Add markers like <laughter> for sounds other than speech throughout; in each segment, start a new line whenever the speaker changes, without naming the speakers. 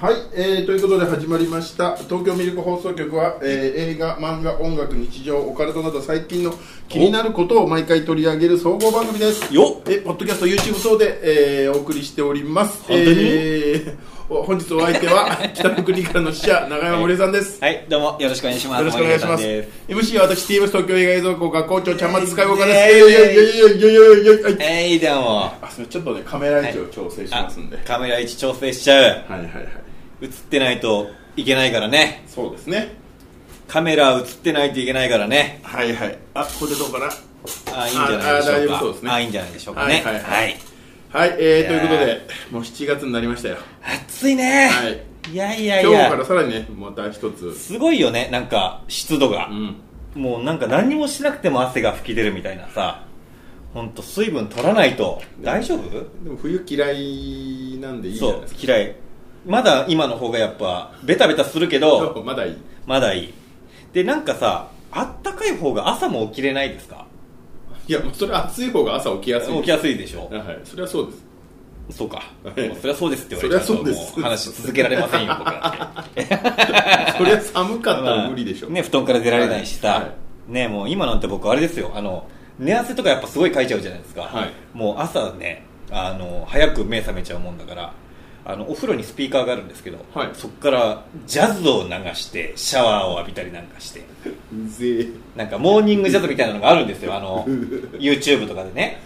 はい、えー、ということで始まりました東京ミルク放送局は、えー映画漫画音楽日常オカルトなど最近の気になることを毎回取り上げる総合番組です
よっ
えポッドキャスト YouTube 等で、えーお送りしております
本当に
えーお本日お相手は北の国からの使者永山森江さんです、
はい、どうもよろしくお願いします。
よろしくお願いします。
森田です
MC は私 TBS 東京映画映像工学校長ちゃんまつ使い岡です。
えー
いやいやいやいやいやいやいやはい
えい、どうも。
あそれちょっとねカメラ位置を調整しますんで。
あカメラ位置調整しちゃう。
はいはいはい。
映ってないといけないからね。
そうですね。
カメラ映ってないといけないからね。
はいはい。あここでどうかな。
あ、いいんじゃないでしょう
ああ大丈夫
か。
そうですね
あ、いいんじゃないでしょうかね。
はいはいはい
はい
はい、えー、
やー
ということで、もう7月になりま
<laughs>
したよ。
暑いね。
はい。
いやいやい
今日から
や。
さらにね、また一つ。
すごいよね、なんか湿度が
う。ん。
もうなんか何もしなくても汗が吹き出るみたいなさ。ほんと水分取らないと。大丈夫
でも冬嫌いなんでいいじゃ
そ
ないで
う
すか。、
嫌い。まだ今の方がやっぱ、ベタベタするけど、
そうまだいい。
まだいい。で、なんかさ、あったかい方が朝も起きれないですか
いや、もうそれ暑い方が朝起きやすい。
起きやすいでしょ
あはい、それはそうです。
そうか。
はい
もうそりゃそうですって言われちゃうと
そりゃそうです
もう話し続けられませんよ、僕
<laughs>
らって。
それは寒かった
まあ
ら無理でしょ。
<laughs> ね、布団から出られないしさ。
はいはい
ね、もう今なんて僕あれですよ、あの、寝汗とかやっぱすごいかいちゃうじゃないですか。
はい
もう朝ね、あの、早く目覚めちゃうもんだから、あの、お風呂にスピーカーがあるんですけど、
はい
そっからジャズを流して、シャワーを浴びたりなんかして。
うぜえ
なんかモーニングジャズみたいなのがあるんですよ、
<laughs>
あの、YouTube とかでね。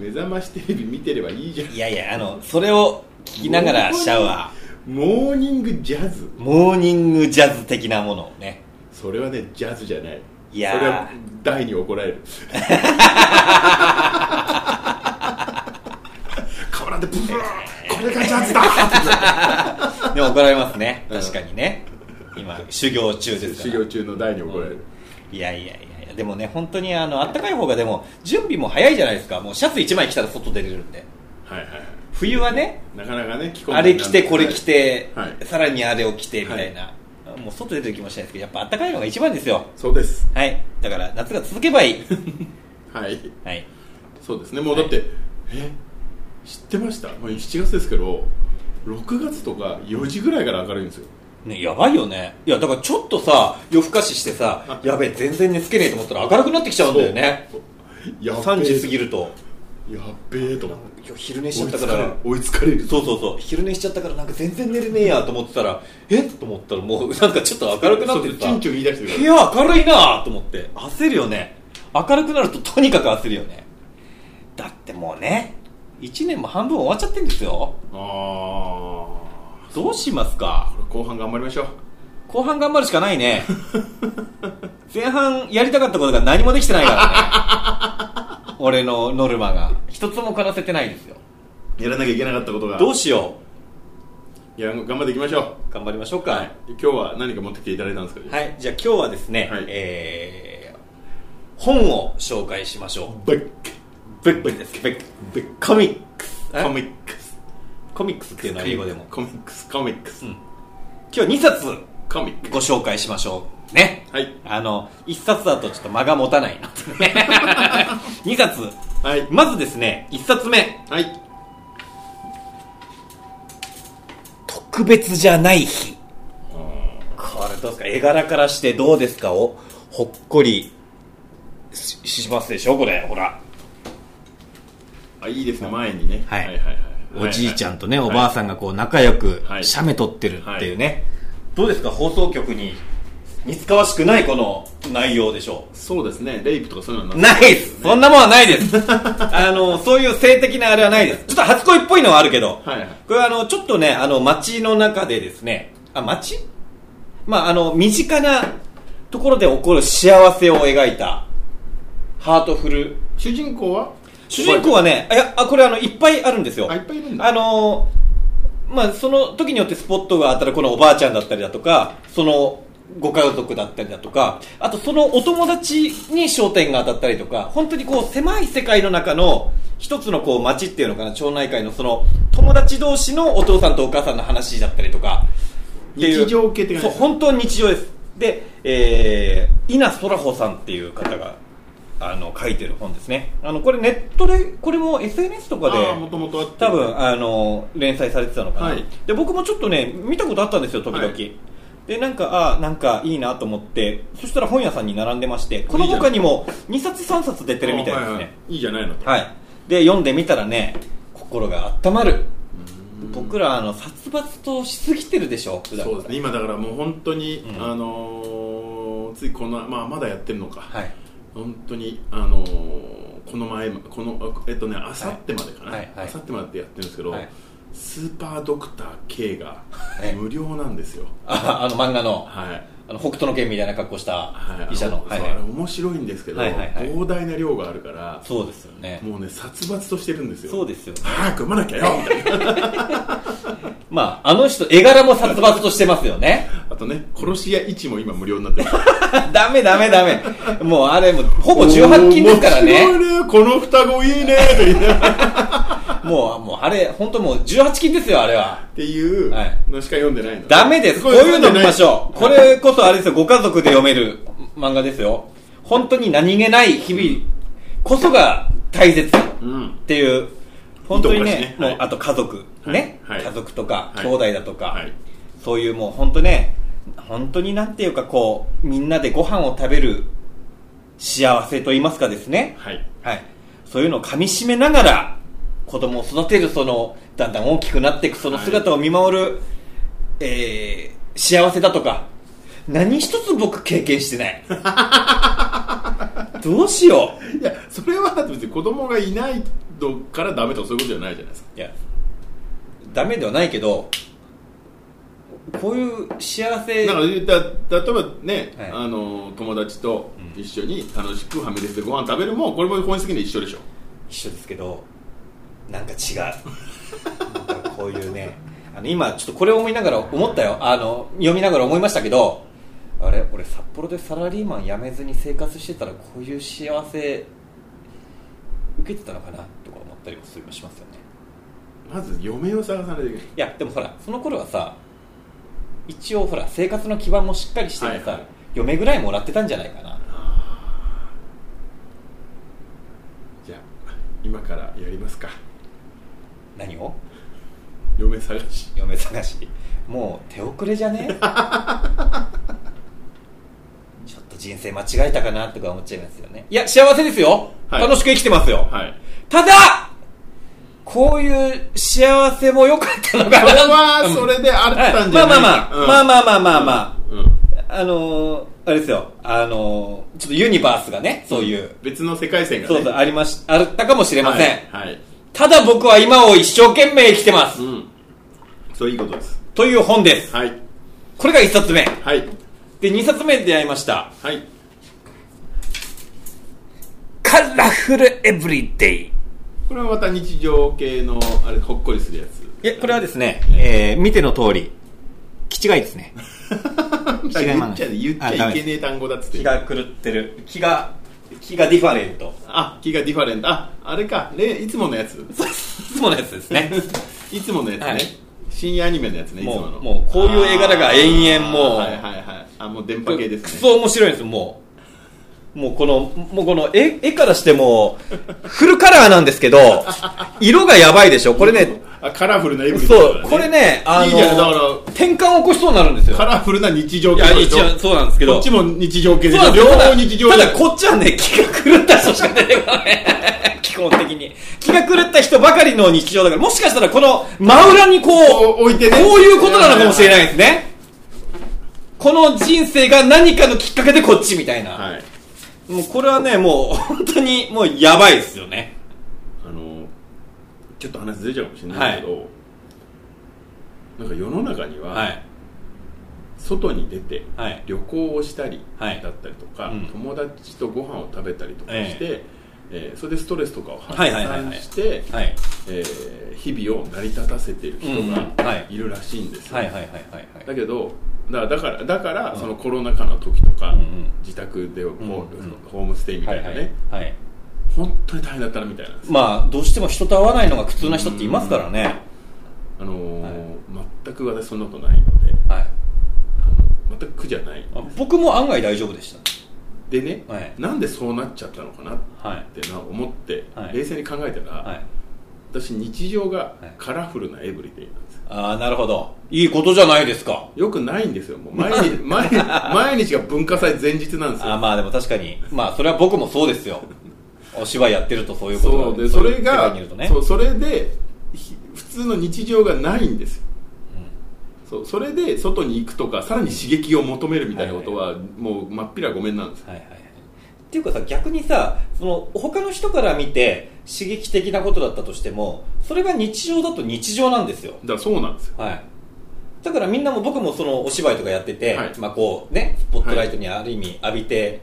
目覚ましテレビ見てればいいじゃん。
いやいや、あの、それを聞きながらシャワ
モーニングジャズ。
ー、モーニングジャズ的なものをね。
それはね、ジャズじゃない。
いやー
それは大に怒ら
<laughs>
れる。河原でブブーこれがジャズだ
でも怒られますね、確かにね。今、修行中です
修
から
行。中の大に怒られる、
いやいやいやいや、でもね、本当にあの、あったかい方がでも、準備も早いじゃないですか。もうシャツ1枚着たら外出れるんで。
はいはいはい
冬はね、
なかなかね着込んで
あれ着て、これ着て
はい、
さらにあれを着て、みたいな。もう外出てる気もしないですけど、やっぱあったかいのが一番ですよ。
そうです
はい。だから、夏が続け
<laughs>
ばいい。
はい
はい。
そうですねもうだって、え知ってました、まあ、7月ですけど6月とか4時ぐらいから明るいんですよ
ね、やばいよね。いや、だからちょっとさ、夜更かししてさ、やべえ、全然寝つけねえと思ったら明るくなってきちゃうんだよね。
そうやっべえ
3時過ぎると。
やっべえと思って
今日昼寝しち
追
ゃ
い
った
つ
か
かれ
ら
る。追いつかれる
そうそうそう。昼寝しちゃったからなんか全然寝れねえやと思ってたら、えっと思ったらもうなんかちょっと明るくなっ
そ
て
う
る
チ
さ
ン。チン言い出してるか
部
ら
屋明るいなと思って。焦るよね。明るくなるととにかく焦るよね。だってもうね、1年も半分終わっちゃってんですよ。
ああ
どうしますか
後半頑張りましょう
後半頑張るしかないね <laughs> 前半やりたかったことが何もできてないからね俺のノルマが一つもこなせてないですよ
やらなきゃいけなかったことが
どうしよ
いや頑張っていきましょ
う頑張りましょう
う
かはい、
今日は何か持ってきていただいたんですか
じゃあ今日はですね、
はい
えー、本を紹介しましょ
バッ
うベックですベックベックコミックス
コ
コミ
ミックス
コミックスっていうのは英語でも
コミックスコミックス
今日2冊
コミック
ご紹介しましょうね
はい
あの1冊だとちょっと間が持たないな2冊
はい
まずですね1冊目
はい
特別じゃない日これどうですか絵柄からしてどうですかをほっこりししますでしょこれほら
あいいですね前にね
はい
はい
おじいちゃんとね、
はい
おばあさんがこう仲良く
はい
写メ撮ってるっていうね、どうですか放送局に似つかわしくないこの内容でしょ
そうですねレイプとかそういうの
う
はな
ないですそんなもんはないです
<laughs>
あのそういう性的なあれはないですちょっと初恋っぽいのはあるけど、
はいはい
これはあのちょっとねあの街の中でですねあ街まああの身近なところで起こる幸せを描いたハートフル
主人公は
主人公はねあいやあこれあのいっぱいあるんですよ
あいっぱいいるんだ
あのまあその時によってスポットが当たるこのおばあちゃんだったりだとかそのご家族だったりだとかあとそのお友達に焦点が当たったりとか本当にこう狭い世界の中の一つのこう街っていうのかな町内会のその友達同士のお父さんとお母さんの話だったりとかっていう
日常系って感じ
そう本当に日常ですで、えー、稲空穂さんっていう方があの書いてる本ですねあのこれネットでこれも SNS とかで
ああもともとあって
多分あの連載されてたのかな、
はい
で僕もちょっとね見たことあったんですよ時々、
はい
でなんかあなんかいいなと思ってそしたら本屋さんに並んでましてこの
いいじゃ
他
ん
にも2冊3冊出てるみたいです
ああは
ね
いいいじゃないの
はい、で読んでみたらね心が温まる僕らあの殺伐としすぎてるでしょ普段
そうですね今だからもう本当に、
うん
あのーついこの、まあ、まだやってるのか、
はい
本当にあのーこの前まこのえっとねあさってまでかな、
はいはいはい
あさってまでってやってるんですけど、
はい
スーパードクター K が
い
無料なんですよ
<laughs> ああの漫画の
はい
あの北斗の拳みたいな格好した
はい
医者の、
そう
はい
あれ面白いんですけど、
はいはいはい
膨大な量があるから
そうですよね
もうね殺伐としてるんですよ
そうですよね
早く読まなきゃよみたいな
まああの人絵柄も殺伐としてます
<laughs>
よね
あとね殺し屋1も今無料になってる
ダメダメダメもうあれもうほぼ18禁ですから
おー面
ね
白いねこの双子いいねと言いながら
もうもうあれ本当もう18禁ですよあれは
っていう
はい
のしか読んでないの、
ダメですこういうの見ましょうこれこそあれですよご家族で読める漫画ですよ本当に何気ない日々こそが大切
ううん
っていう本当にね
いいとこですね
もう
はい
あと家族、
はい
ね、
はい
家族とか、
はい
兄弟だとか、
はい
そういうもう本当ね本当になんていうかこうみんなでご飯を食べる幸せと言いますかですね
はい
はいそういうのをかみしめながら子供を育てるそのだんだん大きくなっていくその姿を見守る、えー幸せだとか何一つ僕経験してな
<laughs>
いどうしよう
いやそれはだって別に子供がいないのからダメとかそういうことじゃないじゃないですか
いやダメではないけどこういう幸せ
だから言った例えばね、
はい
あの友達と一緒に楽しくファミレスでご飯食べるもこれも本質的に一緒でしょ
一緒ですけどなんか違うなんかこういうねあの今ちょっとこれを思いながら思ったよあの読みながら思いましたけどあれ俺札幌でサラリーマン辞めずに生活してたらこういう幸せ受けてたのかなとか思ったりもするしますよね
まず嫁を探さないといけない
いやでもほらその頃はさ一応ほら生活の基盤もしっかりしててさ、
はいはい
嫁ぐらいもらってたんじゃないかな
じゃあ今からやりますか
何を
嫁探し
嫁探しもう手遅れじ
<laughs>
ゃねちょっと人生間違えたかなとか思っちゃいますよねいや幸せですよ、
はい
楽しく生きてますよ、
はい
ただこういう幸せも良かったのか
そ
な
れはそれであったんじゃないか、
はいまあまあまあまあまあまあまあ
うんうん
あのー、あれですよあのー、ちょっとユニバースがねそういう、
別の世界線がね
そうそうありましあったかもしれません、
はい、はい
ただ僕は今を一生懸命生きてます、
うんそういいことです
という本です
はい
これが1冊目
はい
で2冊目で出会いました
はい
カラフルエブリデイ
これはまた日常系のあれほっこりするやつ
えこれはですね、えー見ての通り気違いですね
言っちゃ
漫画
言っちゃいけねえ単語だっつって
気が狂ってる気が気がディファレント
あ気がディファレントああれかれいつものやつ
いつものやつです <laughs> ね
いつものやつね、
はい
深夜アニメのやつねいつもの
もうもうこういう絵柄が延々も
あー
う
はいはいはいあもう電波系です
く
ね
そ面白いんですもうもうこのもうこの絵絵からしてもフルカラーなんですけど色がやばいでしょこれね
あカラフルなエブリィだ
そ
か
う
ら
これねあの
いいじゃんだから
転換を起こしそうになるんですよ
カラフルな日常
い
系
や
でしょ
一応そうなんですけど
こっちも日常系でし
そう
ょ
です
両
よ
方日常
た
系
だただこっちはね気が狂った人しか出てこない基本的に気が狂った人ばかりの日常だからもしかしたらこの真裏にこ
こ
う
う置いてね
こういうことなのかもしれないですねこの人生が何かのきっかけでこっちみたいな、
はい
もうこれはねもう本当にもうやばいですよね
あのちょっと話ずれちゃうかもしれないけど、なんか世の中には、
はい
外に出て
はい
旅行をしたりだ
はい
ったりとか、
うん
友達とご飯を食べたりとか
ええ
して、えーそれでストレスとかを発
はいはいはいはい
散して
はい
えー日々を成り立たせている人
うんは
が
い
いるらしいんですよ、
はいはいはいはいは
だ
い
けどだだからだからそのコロナ禍の時とか、
うんうん
自宅でホ,、
うんうん
ホームステイみた
はい
いなね、
はいはい
本当に大変だったなみたいなんですよ
まあどうしても人と会わないのが苦痛な人っていますからね
あのー全く私そんなことないので
はい
全く苦じゃない
あ僕も案外大丈夫でした
でね、
はい
なんでそうなっちゃったのかなっ
はい
てな思って、
はい
冷静に考えたら、
はい
私日常が
はい
カラフルなエブリデイなんですよ
ああなるほどいいことじゃないですか
よくないんですよもう毎日
<laughs>
毎日毎日が文化祭前日なんです
あー
よ
まあでも確かにまあそれは僕もそうで
<laughs>
すよお芝居やってるとそういうこと
そうでそれ
世
が
界にいるとね
そうそれでひ普通の日常がないんですよ、そうそれで外に行くとかさらに刺激を求めるみたいなことは、もうまっぴらごめんなんですよ
はいはいはいっていうかさ逆にさその他の人から見て刺激的なことだったとしてもそれが日常だと日常なんですよ
だからそうなんですよ
はいだからみんなも僕もそのお芝居とかやってて、
はい
まあこうねスポットライトにある意味浴びて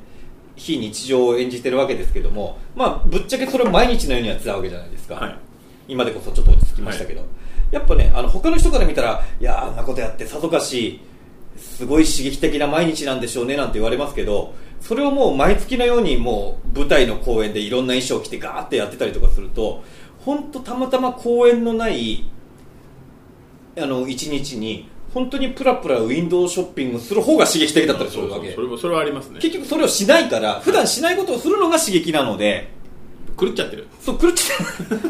非日常を演じてるわけですけどもまあぶっちゃけそれを毎日のようにやってたわけじゃないですか、
はい
今でこそちょっと落ち着きましたけど、やっぱねあの他の人から見たらいやーあんなことやってさぞかしすごい刺激的な毎日なんでしょうねなんて言われますけどそれをもう毎月のようにもう舞台の公演でいろんな衣装着てガーってやってたりとかすると本当たまたま公演のないあの一日に本当にプラプラウィンドウショッピングする方が刺激的だったりす
そ
る
うそ
わ
う
け
それもそれはありますね
結局それをしないから普段しないことをするのが刺激なので
狂っちゃってる
そう狂っちゃ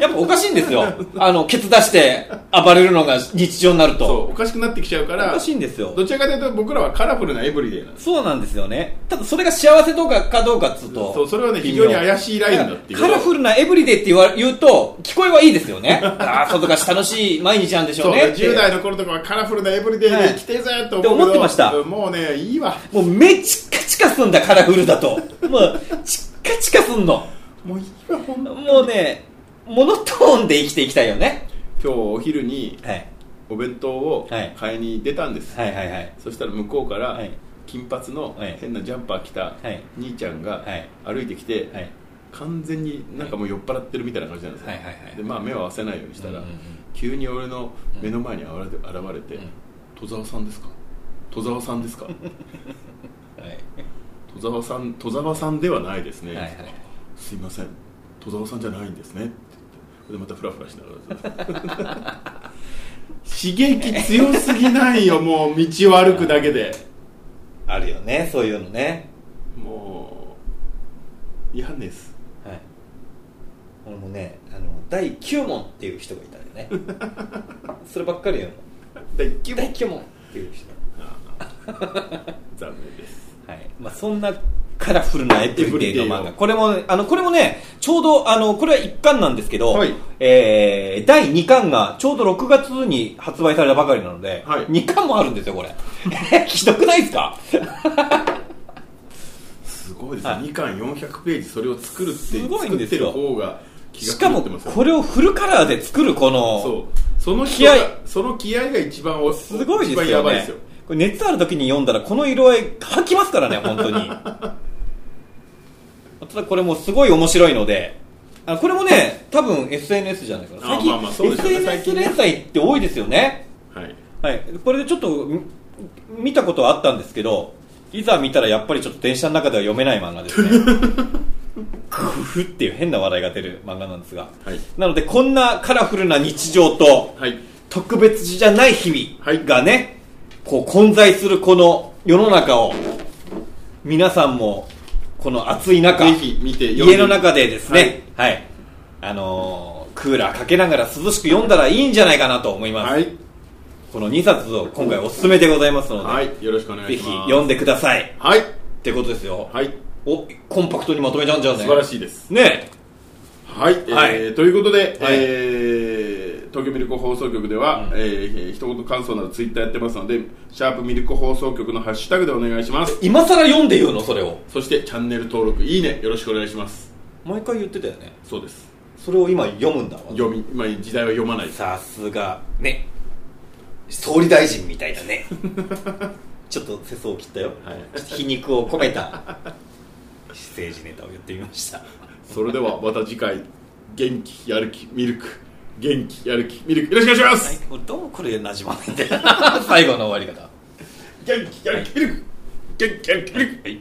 うやっぱおかしいんです
<laughs>
よあのケツ出して暴れるのが日常になる
そ
と
うおかしくなってきちゃうか
お
ら
かしいんですよ
どちらかというと僕らはカラフルなエブリデイなんです
そうなんですよねただそれが幸せどうかかどうかっつうと
そうそれはね非常に怪しいラインだっていう
カラフルなエブリデイって言わ言うと聞こえはいいです
<laughs>
よねああ外がし楽しい毎日なんでしょ
そうう、
ねって
10代の頃とかはカラフルなエブリデイで生きてえぜと思うけど
はいって思ってました
もうねいいわ
もう目チカチカすんだカラフルだ <laughs> ともうチッカチカすんの
もういいわほんと
もうねモノトーンで生きていきたいよね、
今日お昼に
はい、
お弁当を
はい
買いに出たんです、
はいはいはい
そしたら向こうから
はい
金髪の
はい
変なジャンパー着た
はい
兄ちゃんが
はい
歩いてきて
はい
完全になんかもう酔っ払ってるみたいな感じなんですよ、
はいはいはい
でまあ目を合わせないようにしたら、
うんうんうん
急に俺の目の前に現れて,、現れて
うん
戸沢さんですか戸沢さんですか
はい
戸沢さん戸沢さんではないですね、
はいはい
すいません戸沢さんじゃないんですねって言ってでまたフラフラしながら
<laughs>
刺激強すぎないよもう道を歩くだけで
あるよねそういうのね
もう嫌です
はい俺もねあの第9問っていう人がいたん <laughs> だよねそればっかりよ
第9
第9問っていう人
残念です
はいまあ、そんなカラフルなエ
エブ
ブリデイの漫
リデイを
画これもあのこれもねちょうどあのこれは1巻なんですけど、
はい
えー第2巻がちょうど6月に発売されたばかりなので、
はい
2巻もあるんですよこれ <laughs> ひどくないですか
すごいですね、
はい
2巻400ページそれを作るって
すごいん
作
で
っ
す
てる
よ
方が気
し
が
か
狂
も
ってますよ
これをフルカラーで作るこの
そうその人
気合
がその気合が一番お
すごいですよね
一番やばいですよ
これ熱ある時に読んだらこの色合い吐きますからね本
<laughs>
当にただこれもすごい面白いのであこれもね多分 SNS じゃないかな
あ
最近、
まあまあそうですよね最
SNS
近ね
連載って多いですよね
はい
はいこれでちょっとみ見たことはあったんですけどいざ見たらやっぱりちょっと電車の中では読めない漫画で
<laughs>
すねクフっていう変な笑いが出る漫画なんですが
はい
なのでこんなカラフルな日常と
はい
特別じゃない日
はい
々がね、こう混在するこの世の中を皆さんもこの暑い中
ぜひ見て読んで
家の中でですねはい、あのークーラーかけながら涼しく読んだらいいんじゃないかなと思います、
はい、
この2冊を今回おすすめでございますので、
はい、よろしくお願い
ぜ
し
ひ
ます
読んでくださいっ
はい
てことですよ、
はい
おコンパクトにまとめちゃうんじゃない
素晴らしいです
ね
はい、えー
はい
ということで、
はい
えー東京ミルク放送局では、
うん
えー一言感想などツイッターやってますので「シャープミルク放送局」のハッシュタグでお願いします
今更読んで言うのそれを
そしてチャンネル登録いいねよろしくお願いします
毎回言ってたよね
そうです
それを今読むんだわ
読み今時代は読まないです
さすがね総理大臣みたいだね <laughs> ちょっと世相を切ったよ、
はい
ちょっと皮肉を込めた政治ネタを言ってみました
それではまた次回元気やる気ミルク元気やる気ミルクよろしくお願いします、
はい俺どうもこれなじまないんだよ <laughs> 最後の終わり方
元気やる気ミルク元気やる気ミルク、
はい